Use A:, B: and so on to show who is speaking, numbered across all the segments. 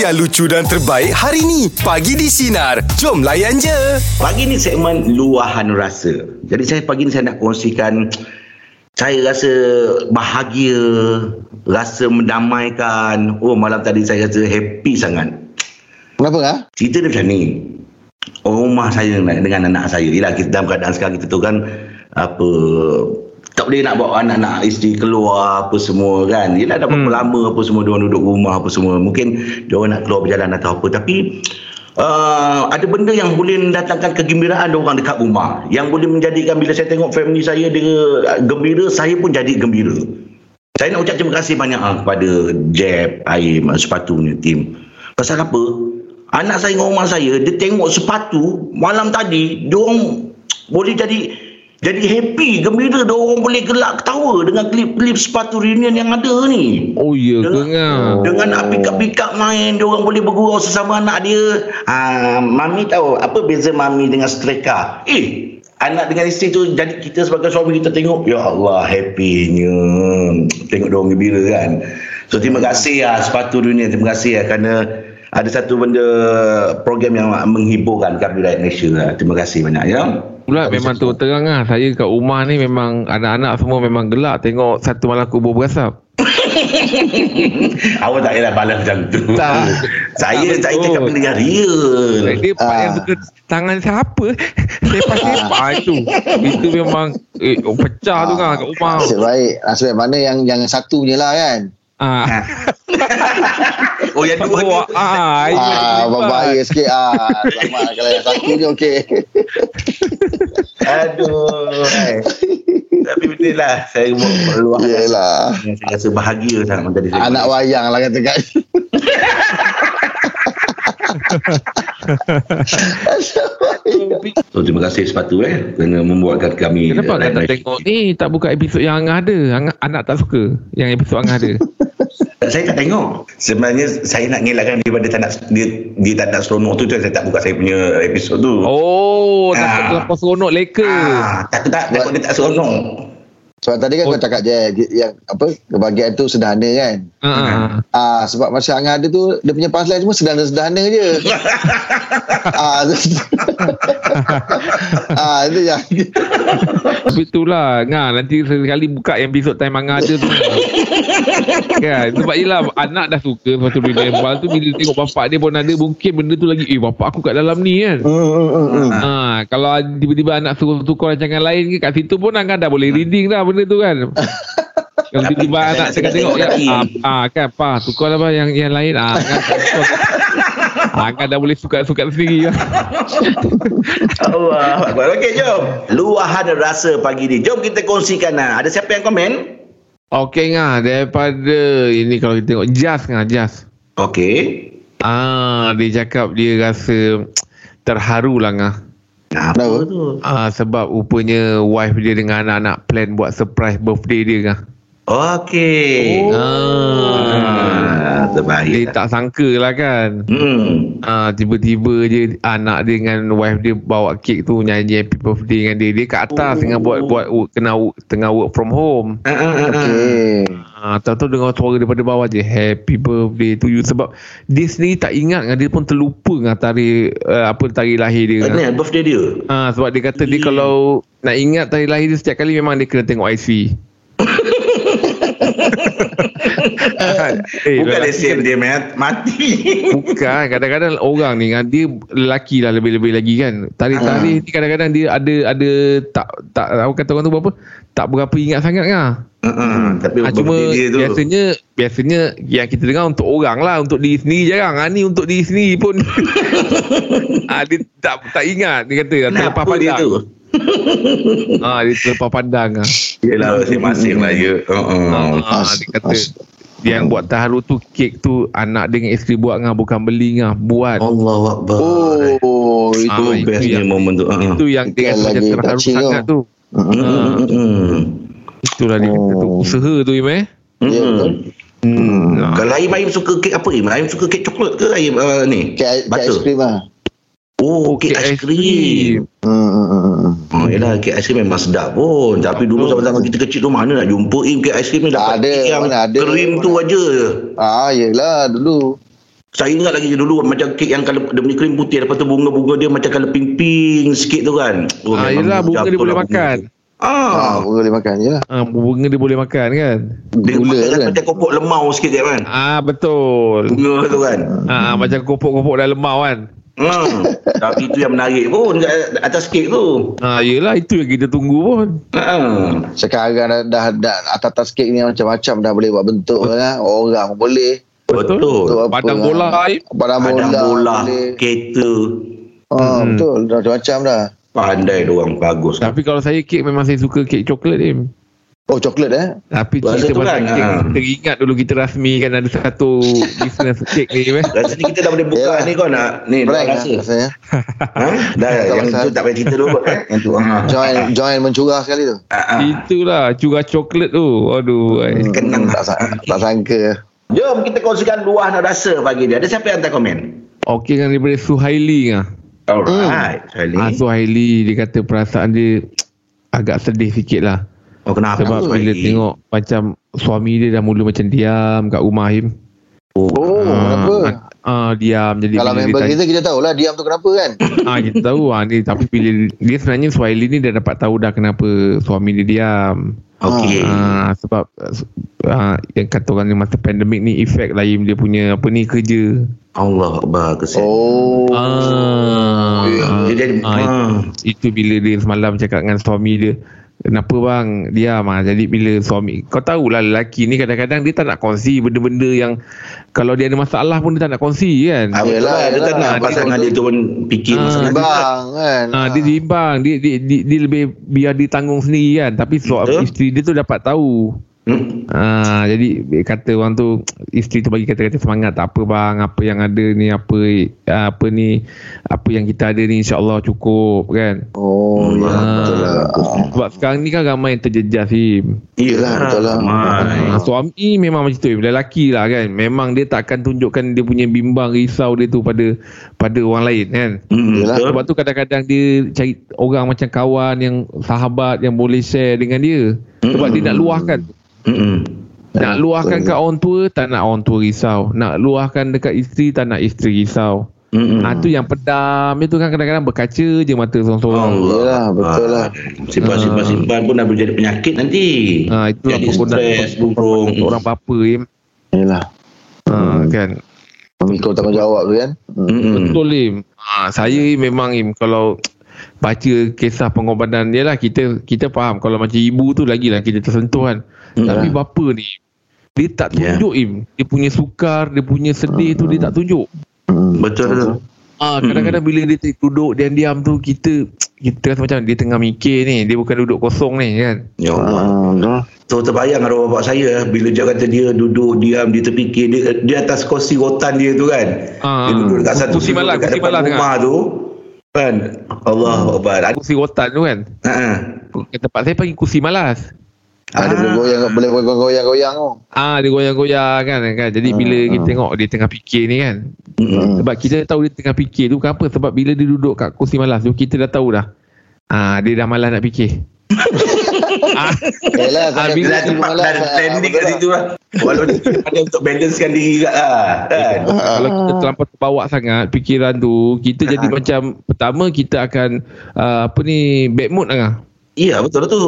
A: yang lucu dan terbaik hari ni. Pagi di Sinar. Jom layan je.
B: Pagi ni segmen luahan rasa. Jadi saya pagi ni saya nak kongsikan saya rasa bahagia, rasa mendamaikan. Oh malam tadi saya rasa happy sangat.
C: Kenapa ah?
B: Cerita dia macam ni. Rumah saya dengan dengan anak saya. Yalah kita dalam keadaan sekarang kita tu kan apa tak boleh nak bawa anak-anak isteri keluar apa semua kan. Yalah dah berapa hmm. lama apa semua dia orang duduk rumah apa semua. Mungkin dia orang nak keluar berjalan atau apa tapi Uh, ada benda yang boleh mendatangkan kegembiraan orang dekat rumah yang boleh menjadikan bila saya tengok family saya dia uh, gembira saya pun jadi gembira saya nak ucap terima kasih banyak ah, kepada Jeb Aim ah, sepatu punya tim pasal apa anak saya dengan rumah saya dia tengok sepatu malam tadi dia orang boleh jadi jadi happy gembira dia orang boleh gelak ketawa dengan klip-klip sepatu reunion yang ada ni
D: Oh ya ke
B: Dengan-
D: ngah.
B: Dengan nak pikap-pikap main Dia orang boleh bergurau sesama anak dia ha, Mami tahu Apa beza Mami dengan streka Eh Anak dengan isteri tu Jadi kita sebagai suami kita tengok Ya Allah happynya Tengok dia orang gembira kan So terima kasih lah Sepatu dunia Terima kasih lah kerana ada satu benda program yang menghiburkan kat Bilayat Malaysia. lah. Terima kasih banyak ya.
D: Pula memang terus terang lah Saya kat rumah ni memang Anak-anak semua memang gelak Tengok satu malam kubur berasap
B: Awak tak payah balas macam tu.
D: Tak.
B: saya
D: Tak
B: saya
D: betul.
B: cakap benda yang real.
D: Dia part
C: Ah.
D: yang suka Tangan siapa Sepak-sepak ah, itu Itu memang eh, oh, Pecah tu kan kat rumah
C: Nasib baik. Nasib baik mana yang yang satu je lah kan.
D: ah.
B: Oh yang dua tu.
D: Bawa ah,
C: Ah,
D: itu hebat.
C: berbahaya sikit ah. Selamat kalau yang satu je okey.
B: Aduh. hai. Tapi betul lah saya buat peluang.
C: Yelah.
B: Saya rasa bahagia sangat macam tadi. saya
C: Ya. Anak
B: kata.
C: wayang lah kata kat.
B: So, terima kasih sepatu eh kerana membuatkan kami
D: Kenapa
B: eh,
D: kau tak
B: naik-
D: tengok ni Tak buka episod yang Angah ada Angah, Anak tak suka Yang episod Angah ada
B: Saya tak tengok. Sebenarnya saya nak ngelakkan daripada tak nak dia dia tak nak seronok tu tu saya tak buka saya punya episod tu.
D: Oh
B: Ah.
D: Takut terlampau seronok leka
B: Ah, takut tak takut dia tak seronok.
C: Sebab tadi kan
D: Oh.
C: kau cakap je yang apa kebahagiaan tu sederhana kan.
D: ah. ah.
C: Ah sebab masa Angah ada tu dia punya punchline semua sederhana-sederhana je. ah, ah itu yang
D: Tapi itulah lah, Ngah nanti sekali buka yang episod time Angah ada tu Kan sebab yelah anak dah suka Lepas tu bila lepas tu bila tengok bapak dia pun ada Mungkin benda tu lagi Eh bapak aku kat dalam ni kan
C: Hmm, hmm, hmm, hmm.
D: Ha, kalau tiba-tiba anak suruh tukar rancangan lain ke kat situ pun Angah dah boleh reading dah benda tu kan Kalau
B: Tapi
D: tiba-tiba
B: kadang-kadang
D: anak
B: saya tak
D: tengah tengok
B: tengok
D: ya,
B: lagi.
D: ah, ah, kan pa tukar apa yang yang lain ah kan Angah dah boleh suka-suka sendiri lah.
B: Allah. Okey jom. Luahan rasa pagi ni. Jom kita kongsikan lah. Ada siapa yang komen?
D: Okey Ngah daripada ini kalau kita tengok Jas Ngah Jas
B: Okey.
D: Ah, dia cakap dia rasa terharu lah ngah.
B: Nah,
C: Kenapa?
B: apa tu?
D: Ah, sebab rupanya wife dia dengan anak-anak plan buat surprise birthday dia ngah.
B: Okey.
D: Oh.
B: Ah,
D: Dia
B: terbaik.
D: tak sangka lah kan.
B: Hmm.
D: Ah, tiba-tiba je anak dia dengan wife dia bawa kek tu nyanyi happy birthday dengan dia. Dia kat
B: Oh.
D: atas oh. tengah buat buat work, kena work, tengah work from home.
B: Ah, ah, ah, ah.
C: Okey.
D: Ah, tahu tu dengar suara daripada bawah je happy birthday to you sebab dia sendiri tak ingat ngah. dia pun terlupa ngah tarikh uh, apa tarikh lahir dia. ngah.
B: Ini birthday dia.
D: Ah sebab dia kata dia kalau nak ingat tarikh lahir dia setiap kali memang dia kena tengok IC. eh,
B: Bukan
D: lelaki-
B: lesen dia mat- mati.
D: Bukan kadang-kadang orang ni kan dia lelaki lah lebih-lebih lagi kan.
B: Ah.
D: Tarikh-tarikh ni kadang-kadang dia ada ada tak tak apa kata orang tu apa? Tak berapa ingat sangat kan.
B: Ah, Tapi
D: Ah, cuma
B: birthday dia tu.
D: biasanya biasanya yang kita dengar untuk orang lah untuk diri sendiri jarang. Ha, ni untuk diri sendiri pun ah, dia tak tak ingat dia kata terlepas
B: Kenapa dia
D: pandang.
B: tu?
D: Ah dia terlepas pandang ah.
B: Yelah masing-masing lah ya. Uh-uh.
D: Ah,
C: As-
D: dia kata
C: as-
D: yang buat terharu tu kek tu anak dia dengan isteri buat ngah bukan beli ngah buat.
B: Allahu Akbar.
C: Oh, itu.
D: Ah,
B: Itu
D: itu
B: bestnya
D: yang-
B: momen tu. Uh-uh.
D: Itu yang
C: Bukan
D: dia rasa macam
C: lagi
D: terharu
C: touching
D: sangat tu.
B: Mm, mm, mm, mm.
D: Itulah dia kata tu.
C: Oh.
D: Usaha tu Im eh.
B: Mm,
C: Ya,
B: mm.
C: betul.
D: Hmm. Ah.
B: Kalau Aim, Aim suka kek apa Aim? Aim suka kek coklat ke Aim uh, ni?
C: Kek kek
B: Butter.
C: aiskrim lah.
B: Oh, kek
D: Kek
B: aiskrim. Krim.
C: Hmm, hmm, hmm, hmm.
B: Oh, yelah, kek aiskrim memang sedap pun. Tapi dulu
D: Betul.
B: zaman-zaman kita kecil tu mana nak jumpa Aim kek aiskrim ni
C: Tak
B: dapat
C: ada,
B: kek yang
C: mana ada.
B: krim tu aja.
C: Ah, yelah dulu.
B: Saya ingat lagi dulu macam kek yang kalau dia punya krim putih lepas tu bunga-bunga dia macam kalau pink-pink sikit tu kan. Oh,
D: Ah,
B: memang
D: yelah, bunga
B: jatuh
D: dia boleh
B: lah
D: makan.
B: bunga. Ah,
C: Ah, bunga boleh makan je lah.
D: Ah, bunga dia boleh makan kan?
B: dia
C: Gula
B: makan
C: kan.
B: macam kopok lemau sikit kan.
D: Ah, betul.
B: Bunga tu kan.
D: Ah, macam kopok-kopok dalam lemau kan?
B: Hmm. Tapi itu yang menarik pun kat atas kek tu.
D: Ah, yelah, itu yang kita tunggu pun.
B: Ha.
C: Sekarang dah, dah, dah atas-atas kek ni macam-macam dah boleh buat bentuk lah. Orang pun boleh.
B: Betul.
C: Bentuk apa
D: Padang
C: lah.
D: bola, Aib.
C: Padang bola.
B: Padang bola,
C: boleh.
B: kereta.
C: Ah,
D: Hmm.
C: Betul. Dah macam-macam dah.
B: Pandai orang bagus.
D: Tapi kalau saya kek memang saya suka kek coklat ni.
C: Oh, coklat eh.
D: Tapi
B: Rasa
D: cerita
B: tu
D: pasal
B: kan,
D: kek,
B: ah.
D: kita ingat dulu kita rasmikan ada satu bisnes kek ni. Eh.
B: Rasa ni kita dah boleh buka
C: Yalah.
B: ni kau nak. Ni dah
C: Prank lah
B: Eh, rasa.
C: rasanya.
B: Ha? Dah
C: Tak
B: yang
C: pasal.
B: tu tak payah cerita dulu kot, eh. Yang tu. Ha.
C: Join, join mencurah sekali tu.
B: Ha, ha.
D: Itulah curah coklat tu. Aduh. eh.
B: Kenang
C: tak, sang- tak sangka.
B: Jom kita kongsikan luah nak rasa pagi dia. Ada siapa yang hantar komen?
D: Okey kan daripada Suhaili kan.
B: Alright.
C: Hmm.
B: Charlie.
D: Ah, Suhaili dia kata perasaan dia agak sedih sikit lah.
B: Oh kenapa?
D: Sebab
B: Charlie?
D: bila tengok macam suami dia dah mula macam diam kat rumah Him.
C: Oh,
D: Hmm.
C: kenapa?
D: Ah, diam jadi
C: Kalau
D: bila dia
C: member
D: tanya-
C: kita, kita tahulah diam tu kenapa kan.
D: ah kita tahu ah ni tapi bila dia sebenarnya Suhaili ni dah dapat tahu dah kenapa suami dia diam.
B: Okey.
D: Ah sebab ah, yang kata orang ni masa pandemik ni efek lain dia punya apa ni kerja.
B: Allah Akbar kesian.
C: Oh. ya.
D: Ah.
B: Dia jadi
D: ah,
B: ha.
D: Itu bila dia semalam cakap dengan suami dia Kenapa bang Diam lah Jadi bila suami Kau tahulah lelaki ni kadang-kadang Dia tak nak kongsi benda-benda yang Kalau dia ada masalah pun Dia tak nak kongsi kan
B: Ah, betul
C: Yelah,
B: lah. Dia tak
C: yelah.
B: nak
C: Dia
B: pasangan
C: betul.
B: dia tu pun fikir
D: Ah,
B: masalah dia.
C: Bang kan.
D: Ah, dia imbang dia, dia, dia, dia lebih biar dia tanggung sendiri kan tapi
B: Betul.
D: suami isteri dia tu dapat tahu
B: Hmm?
D: Ah, jadi dia kata orang tu isteri tu bagi kata-kata semangat tak apa bang apa yang ada ni apa ah, apa ni apa yang kita ada ni insyaallah cukup kan.
C: Oh, ya.
B: Ah.
C: Betul lah. Ah.
D: Sebab sekarang ni kan ramai yang terjejas Him.
B: Yelah,
C: betul lah.
B: ramai.
D: Ah, suami memang macam tu Him. Lelaki lah kan. Memang dia tak akan tunjukkan dia punya bimbang risau dia tu pada pada orang lain kan.
B: Hmm,
C: Yelah,
B: betul.
D: Sebab tu kadang-kadang dia cari orang macam kawan yang sahabat yang boleh share dengan dia. Sebab dia nak luahkan.
B: Hmm.
D: Nak luahkan kat orang tua tak nak orang tua risau. Nak luahkan dekat isteri tak nak isteri risau.
B: Hmm.
D: Ah tu yang pedam dia tu kan kadang-kadang berkaca je mata seorang-seorang.
B: Allah.
C: Yelah, betul lah.
B: Simpan-simpan simpan pun dah boleh jadi penyakit nanti.
D: Ah itulah
B: jadi stres,
D: penggunaan
B: burung.
D: orang bapa Im.
C: Yelah.
B: Hmm.
D: Ah kan.
C: Memikul tanggungjawab tu kan. Hmm.
B: Mm-mm.
D: Betul Im. Ha, saya memang Im kalau baca kisah pengorbanan dia lah kita kita faham kalau macam ibu tu lagilah kita tersentuh kan.
B: Hmm.
D: Tapi bapa ni dia tak
B: Yeah.
D: tunjuk Im. Dia punya sukar, dia punya sedih tu dia tak tunjuk.
C: Hmm.
B: Betul tu.
D: Ah kadang-kadang bila dia duduk dan diam tu kita kita rasa macam dia tengah mikir ni, dia bukan duduk kosong ni kan.
B: Ya Allah.
C: Ah, betul.
B: So terbayang arwah bapak saya bila dia kata dia duduk diam dia terfikir dia, dia atas kursi rotan dia tu kan. Dia
D: Ah.
B: duduk dekat satu
D: Kursi
B: sudut
D: malas,
B: dekat
D: kursi
B: depan
D: malas
B: rumah tu kan. Allah Akbar. Ada-
D: Kursi rotan tu kan.
B: Ha. ha.
D: Kat tempat saya panggil kursi malas.
C: Ada boleh goyang, boleh goyang-goyang tu.
D: Ah dia goyang-goyang kan kan. Jadi bila kita tengok dia tengah fikir ni kan.
B: Mm-mm.
C: Hmm.
D: Sebab kita tahu dia tengah fikir tu bukan apa sebab bila dia duduk kat kursi malas tu kita dah tahu dah. Ah dia dah malas nak fikir. ah,
C: Yelah, Eh, lah, saya
D: Ah, bila
B: Dah
C: kena
B: tempat dah
C: malas, ah,
B: landing
C: betul
B: kat
C: lah.
B: situ lah. Walaupun ada untuk balancekan diri juga lah. Kan?
D: kalau kita terlampau terbawa sangat fikiran tu kita jadi macam pertama kita akan uh, apa ni bad mood lah.
B: Ya betul tu.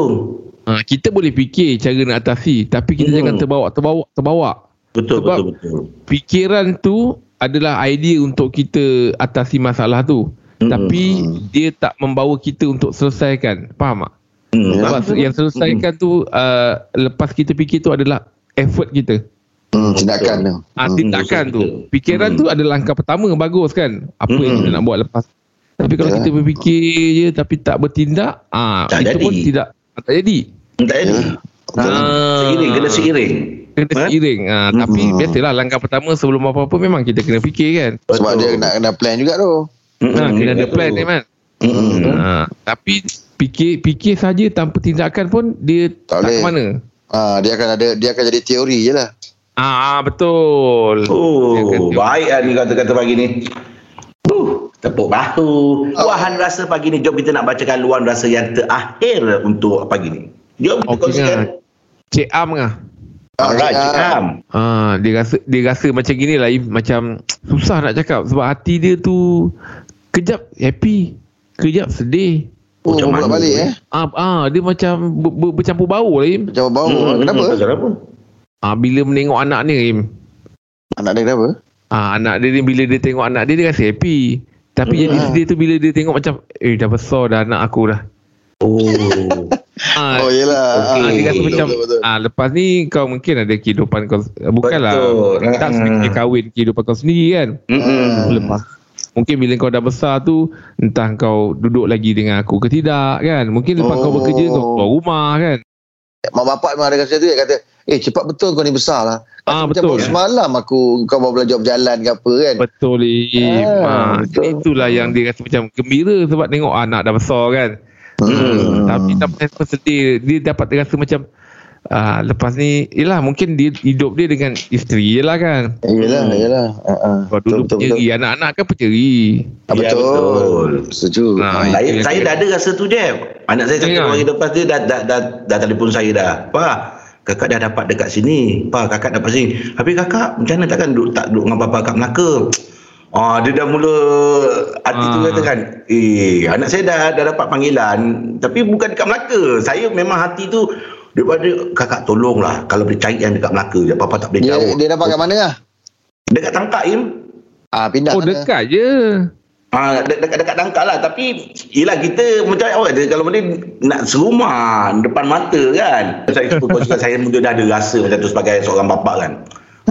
D: Ah, kita boleh fikir cara nak atasi tapi kita
B: Hmm.
D: jangan terbawa terbawa terbawa.
B: Betul
D: Sebab-
B: betul betul.
D: Fikiran tu adalah idea untuk kita atasi masalah tu.
B: Mm-mm.
D: Tapi dia tak membawa kita untuk selesaikan. Faham tak?
B: Hmm.
D: Sebab yang selesaikan tu uh, lepas kita fikir tu adalah effort kita.
C: Hmm, tindakan tu.
D: Ah,
C: Hmm.
D: tindakan tu. Fikiran tu adalah langkah pertama bagus kan. Apa yang kita nak buat lepas. Tapi kalau
C: Yalah.
D: kita berfikir je tapi tak bertindak, ah
B: Ya. Tak
D: itu
B: jadi.
D: pun tidak ah, tak jadi.
B: Tak ada.
D: Ah.
B: Seiring Hmm. kena seiring.
D: Kena
B: Ha?
D: seiring. Ah, tapi biasalah langkah pertama sebelum apa-apa memang kita kena fikir kan.
C: Sebab dia nak kena plan juga tu.
B: Mm-mm.
D: Ha, kena ada plan ni man.
B: Mm-mm.
D: Ha, tapi fikir fikir saja tanpa tindakan pun dia
C: Tak
D: tak,
C: boleh.
D: ke mana.
C: Ah, dia akan ada dia akan jadi teori je lah.
D: Ah betul. Dia akan
B: Oh,
D: tengok.
B: baik lah ni kata-kata pagi ni. Uh, tepuk bahu.
D: Oh.
B: Luahan rasa pagi ni. Jom kita nak bacakan luahan rasa yang terakhir untuk pagi ni. Jom kita
D: Okey
B: kongsikan.
D: kan. Cik Am kah?
B: Alright,
C: Faham.
B: faham.
D: Ah, dia rasa dia rasa macam gini lah If, macam susah nak cakap sebab hati dia tu kejap happy, kejap sedih.
C: Oh,
B: Macam
C: bolak
B: mana
C: balik
B: ni?
C: eh.
D: Ah, ah dia macam ber, ber, bercampur bau lah Im.
C: Macam bau.
B: Hmm,
C: Kenapa?
B: pasal apa?
D: Ah, bila menengok anak ni Im.
C: Anak dia kenapa?
D: Ah, anak dia ni bila dia tengok anak dia dia rasa happy. Tapi jadi
C: Hmm.
D: sedih tu bila dia tengok macam eh dah besar dah anak aku dah.
B: Oh.
D: Ah,
C: Oh, yelah.
D: Ah,
B: Okey.
D: dia kata
B: Betul,
D: macam ah lepas ni kau mungkin ada kehidupan kau bukanlah
B: Betul.
D: tak
B: Ah.
D: sebenarnya kahwin kehidupan kau sendiri kan.
C: Ah,
B: Mm-mm.
D: Lepas mungkin bila kau dah besar tu entah kau duduk lagi dengan aku ke tidak kan. Mungkin lepas kau
C: Oh.
D: bekerja kau keluar rumah kan.
C: Mak bapak memang ada kata tu dia kata, "Eh, cepat betul kau ni besar lah."
D: Ah,
C: Macam
D: betul.
C: baru Semalam aku kau baru belajar berjalan ke apa kan.
D: Betul
C: Ah,
D: Im. Ah,
C: betul.
D: jadi itulah yang dia rasa macam gembira sebab tengok anak dah besar kan.
C: Hmm.
D: Tapi tak pernah rasa sedih. Dia dapat rasa macam ah, lepas ni Yelah mungkin dia hidup dia dengan isteri je lah kan.
C: Yelah, yelah. Ha ah.
D: Kau dulu penceri Anak-anak kan penceri
C: Ah,
B: Ya,
C: betul.
B: betul.
C: Setuju.
D: Ah,
B: Saya
D: itu
B: saya
D: yang saya-
B: dah ada rasa tu je. Anak saya
D: Ya.
B: satu hari lepas dia dah dah, dah dah telefon saya dah. Pa, kakak dah dapat dekat sini. Pa, kakak dapat sini. Habis kakak macam mana takkan duduk tak duduk dengan papa kat Melaka? Ah, dia dah mula hati tu
D: Ah.
B: kata kan, eh anak saya dah dah dapat panggilan tapi bukan dekat Melaka. Saya memang hati tu daripada kakak tolonglah kalau boleh cari yang dekat Melaka je. Papa tak boleh
C: Dia
B: jauh.
C: dia dapat kat mana lah?
B: Dekat Tangkak Im.
C: Ah, pindah
D: Oh
C: sana.
D: dekat je
B: Ah, de- dekat dekat tangkal lah tapi yelah kita macam awak dia kalau boleh nak serumah depan mata kan. Saya suka juga saya muda dah ada rasa macam tu sebagai seorang bapa kan.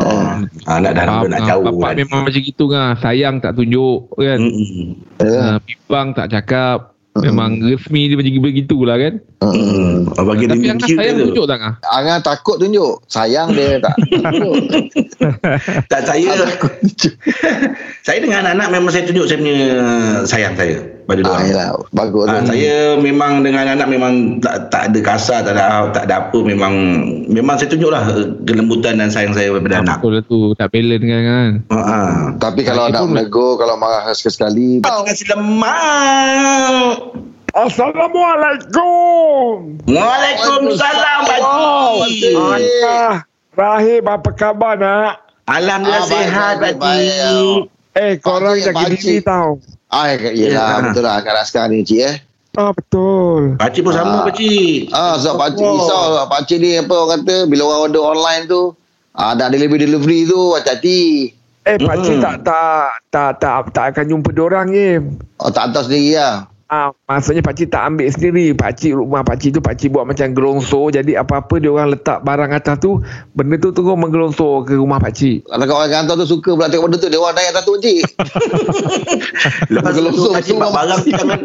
B: Ah, anak dah
D: Bapak,
B: nak, nak jauh
D: bapak
B: kan.
D: memang macam gitu kan Sayang tak tunjuk kan
B: Mm-mm.
C: Ya.
D: uh, Pipang tak cakap
B: Hmm.
D: Memang resmi dia macam begitulah kan
B: Mm-mm. Bagi dia
D: Tapi
B: punya
D: Angah
B: cute
D: sayang
B: dia tu.
D: tunjuk tak Angah?
C: Hmm, Angah takut tunjuk. Sayang dia tak. tunjuk.
B: Tak saya saya dengan anak-anak memang saya tunjuk saya punya sayang saya pada dia.
C: ah, yelah. Bagus tu.
B: Ah, saya memang dengan anak memang tak tak ada kasar tak ada tak ada apa memang memang saya tunjuklah eh, kelembutan dan sayang saya kepada anak.
D: Betul lah tu Tak balance kan kan
B: Ha ah.
C: Tapi kalau
D: Saya
C: nak
D: pun-
C: menegur, kalau marah sekali-sekali.
B: Kau kasi lemak.
E: Assalamualaikum.
B: Waalaikumsalam Pak Cik.
E: Ah, Rahim apa khabar nak?
B: Alhamdulillah
C: Ah, baik,
B: sihat
C: baik,
B: Pak
C: baik, ya.
B: Cik.
E: Eh korang
C: Pakcik,
E: jaga
C: pakcik.
E: diri tau.
C: Ah, yelah.
B: Ya.
C: Betul lah. Angkat sekarang ni, cik eh.
E: Ah betul.
B: Pak Cik pun
C: Ah.
B: sama Pak Cik.
C: Ah, sebab pakcik
E: Wow.
C: risau sebab pakcik ni apa orang kata bila orang order online tu ah, ada delivery delivery tu hati-hati.
E: Eh pak
B: Mm-mm.
E: tak tak tak tak tak akan jumpa dorang ni.
C: Oh, tak tahu sendiri lah.
E: Ah maksudnya pak tak ambil sendiri. Pak rumah pak tu pak buat macam gelongso jadi apa-apa dia orang letak barang atas tu benda tu terus menggelongso ke rumah pak
C: Kalau kat orang kantor tu suka pula tengok benda tu dia orang naik atas tu cik.
B: Lepas tu
C: gelosok
B: Pak Cik
C: semua.
B: bawa barang tu jangan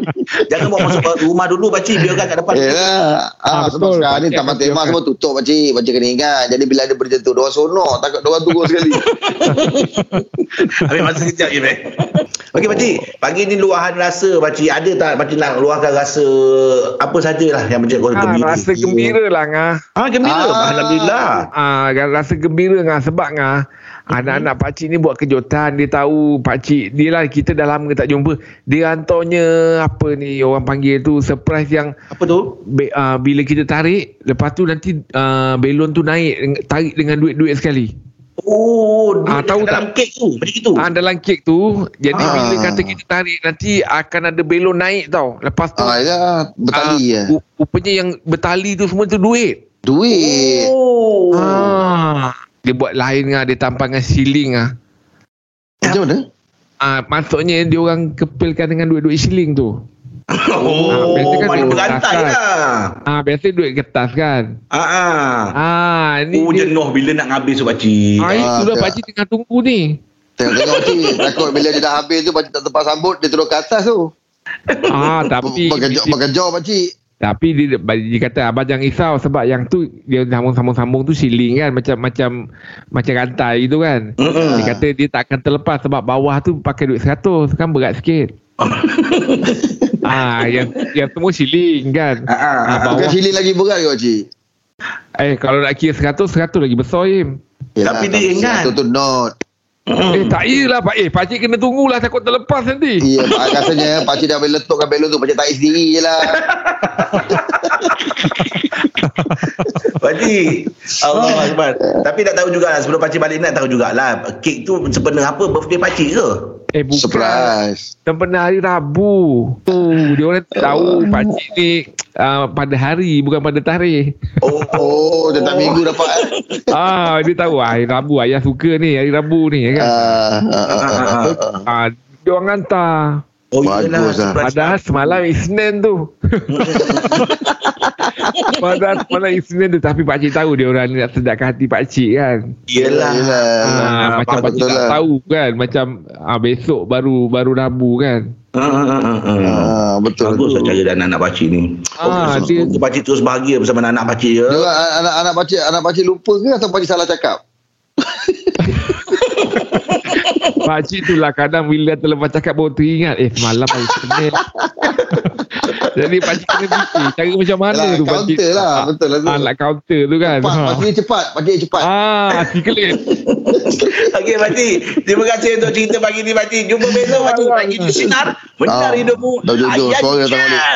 B: jangan bawa masuk rumah dulu Pak Cik biarkan kat depan.
C: Yelah. Ah,
E: Ah,
C: sebab
E: betul.
C: sekarang ni
E: Pakcik
C: taman
E: akan
C: tema
E: biarkan.
C: semua tutup pakcik. Pakcik kena ingat. Jadi bila ada berita tu, diorang sonok. Takut diorang tunggu sekali.
B: Ambil masa sekejap je, Bek. Okey, Pakcik. Pagi ni luahan rasa, Pakcik. Ada tak Pakcik nak luahkan rasa apa sajalah yang Pakcik kau
E: Ah,
B: gembira?
E: rasa gembira lah ngah.
B: Ah, gembira.
C: Ah.
B: Alhamdulillah.
E: Ah, rasa gembira ngah sebab ngah anak-anak pakcik ni buat kejutan dia tahu pakcik dia lah kita dah lama tak jumpa dia hantarnya apa ni orang panggil tu surprise yang
B: Apa tu?
E: be, uh, bila kita tarik lepas tu nanti uh, belon tu naik tarik dengan duit-duit sekali
B: Oh,
E: Ah,
B: dia
E: tahu
B: dalam kek tu. Macam itu.
E: ah, dalam kek tu jadi
C: Ah.
E: bila kata kita tarik nanti akan ada belon naik tau lepas tu
C: ah, yelah. Bertali
E: ah,
C: ya.
E: ru- rupanya yang bertali tu semua tu duit
C: Duit.
B: Oh.
E: ah. dia buat lain ngah dia tampang dengan siling ngah
C: Macam mana?
E: Ah, maksudnya dia orang kepilkan dengan duit-duit shilling tu.
B: Oh,
E: biasa kan
B: mana
E: dia
B: berantai
E: kasar.
B: lah.
E: Ah, biasa duit kertas kan.
B: Ah, ah.
E: Ah, ni
B: Oh,
E: dia,
B: jenuh bila nak habis tu, Pakcik.
E: ah,
C: Ah,
E: itu dah
C: tak.
E: pakcik tengah tunggu ni.
C: Tengok-tengok cik. Takut bila dia dah habis tu, pakcik tak tempat sambut. Dia turun ke atas tu.
E: Ah, tapi
C: Berkejok, berkejok pakcik.
E: tapi dia, dia kata abang jangan risau sebab yang tu dia sambung-sambung tu shilling kan macam macam macam rantai gitu kan.
B: Mm-mm.
E: Dia kata dia tak akan terlepas sebab bawah tu pakai duit 100 kan berat sikit. ah, yang yang semua shilling kan.
B: Ah, ah, ah,
E: Abang-
C: Bukan sili lagi berat ke pakcik?
E: Eh kalau nak kira 100 100 lagi besar Im.
B: Tapi dia ingat.
C: Itu tu not.
E: Eh tak iyalah pak. Eh pakcik kena tunggulah takut terlepas nanti.
C: Ya, yeah, rasanya pakcik dah boleh letupkan belon tu. Pakcik tarik sendiri je lah.
B: Pakcik Allah
E: Ah.
B: Akbar Tapi tak tahu jugalah Sebelum pakcik balik nak tahu jugalah Kek tu sempena apa Birthday pakcik ke
D: Eh bukan
C: Surprise.
D: Sempena hari Rabu Tu
E: Oh,
D: Dia orang tahu Pakcik ni uh,
E: ah,
D: Pada hari Bukan pada tarikh
B: Oh,
C: Oh, tetap minggu dapat. eh.
D: Ah Dia tahu ah, Hari Rabu Ayah suka ni Hari Rabu ni
C: Ah,
D: kan
C: ah, ah, ah, ah.
D: ah, Dia orang hantar
B: Oh
C: Bagus
B: iyalah
C: lah.
B: surprise.
D: Padahal semalam Isnin tu Padahal semalam Isnin tu Tapi pakcik tahu dia orang ni nak sedapkan hati pakcik kan
B: Iyalah
C: Yelah.
D: ah, Macam
B: faham
D: pakcik
C: betul
D: tak
C: lah.
D: tahu kan Macam ah, besok baru baru Rabu kan
B: Ah, ah, ah, ah.
C: Ah, betul.
B: Bagus lah cara dan anak pakcik ni
D: Ah,
B: ah,
D: dia-
B: dia... Pakcik terus bahagia bersama anak pakcik ya
C: Dia orang- anak-anak pakcik anak pakcik lupa ke atau pakcik salah cakap?
D: Pakcik tu lah kadang bila terlepas cakap baru teringat Eh semalam hari Isnin Jadi pakcik kena fikir Cara macam mana
C: Yalah,
D: tu pakcik
C: counter lah, betul lah tu.
D: ah, Nak counter tu kan
C: Cepat,
D: Ah.
C: pakcik ni cepat, pakcik ni cepat.
D: Ah, artikelate
B: Okey pakcik Terima kasih untuk cerita pagi ni pakcik Jumpa besok pakcik Pagi di sinar Benar
C: Ah,
B: hidupmu
C: dah jodoh,
B: Ayah
C: suara datang
B: dia.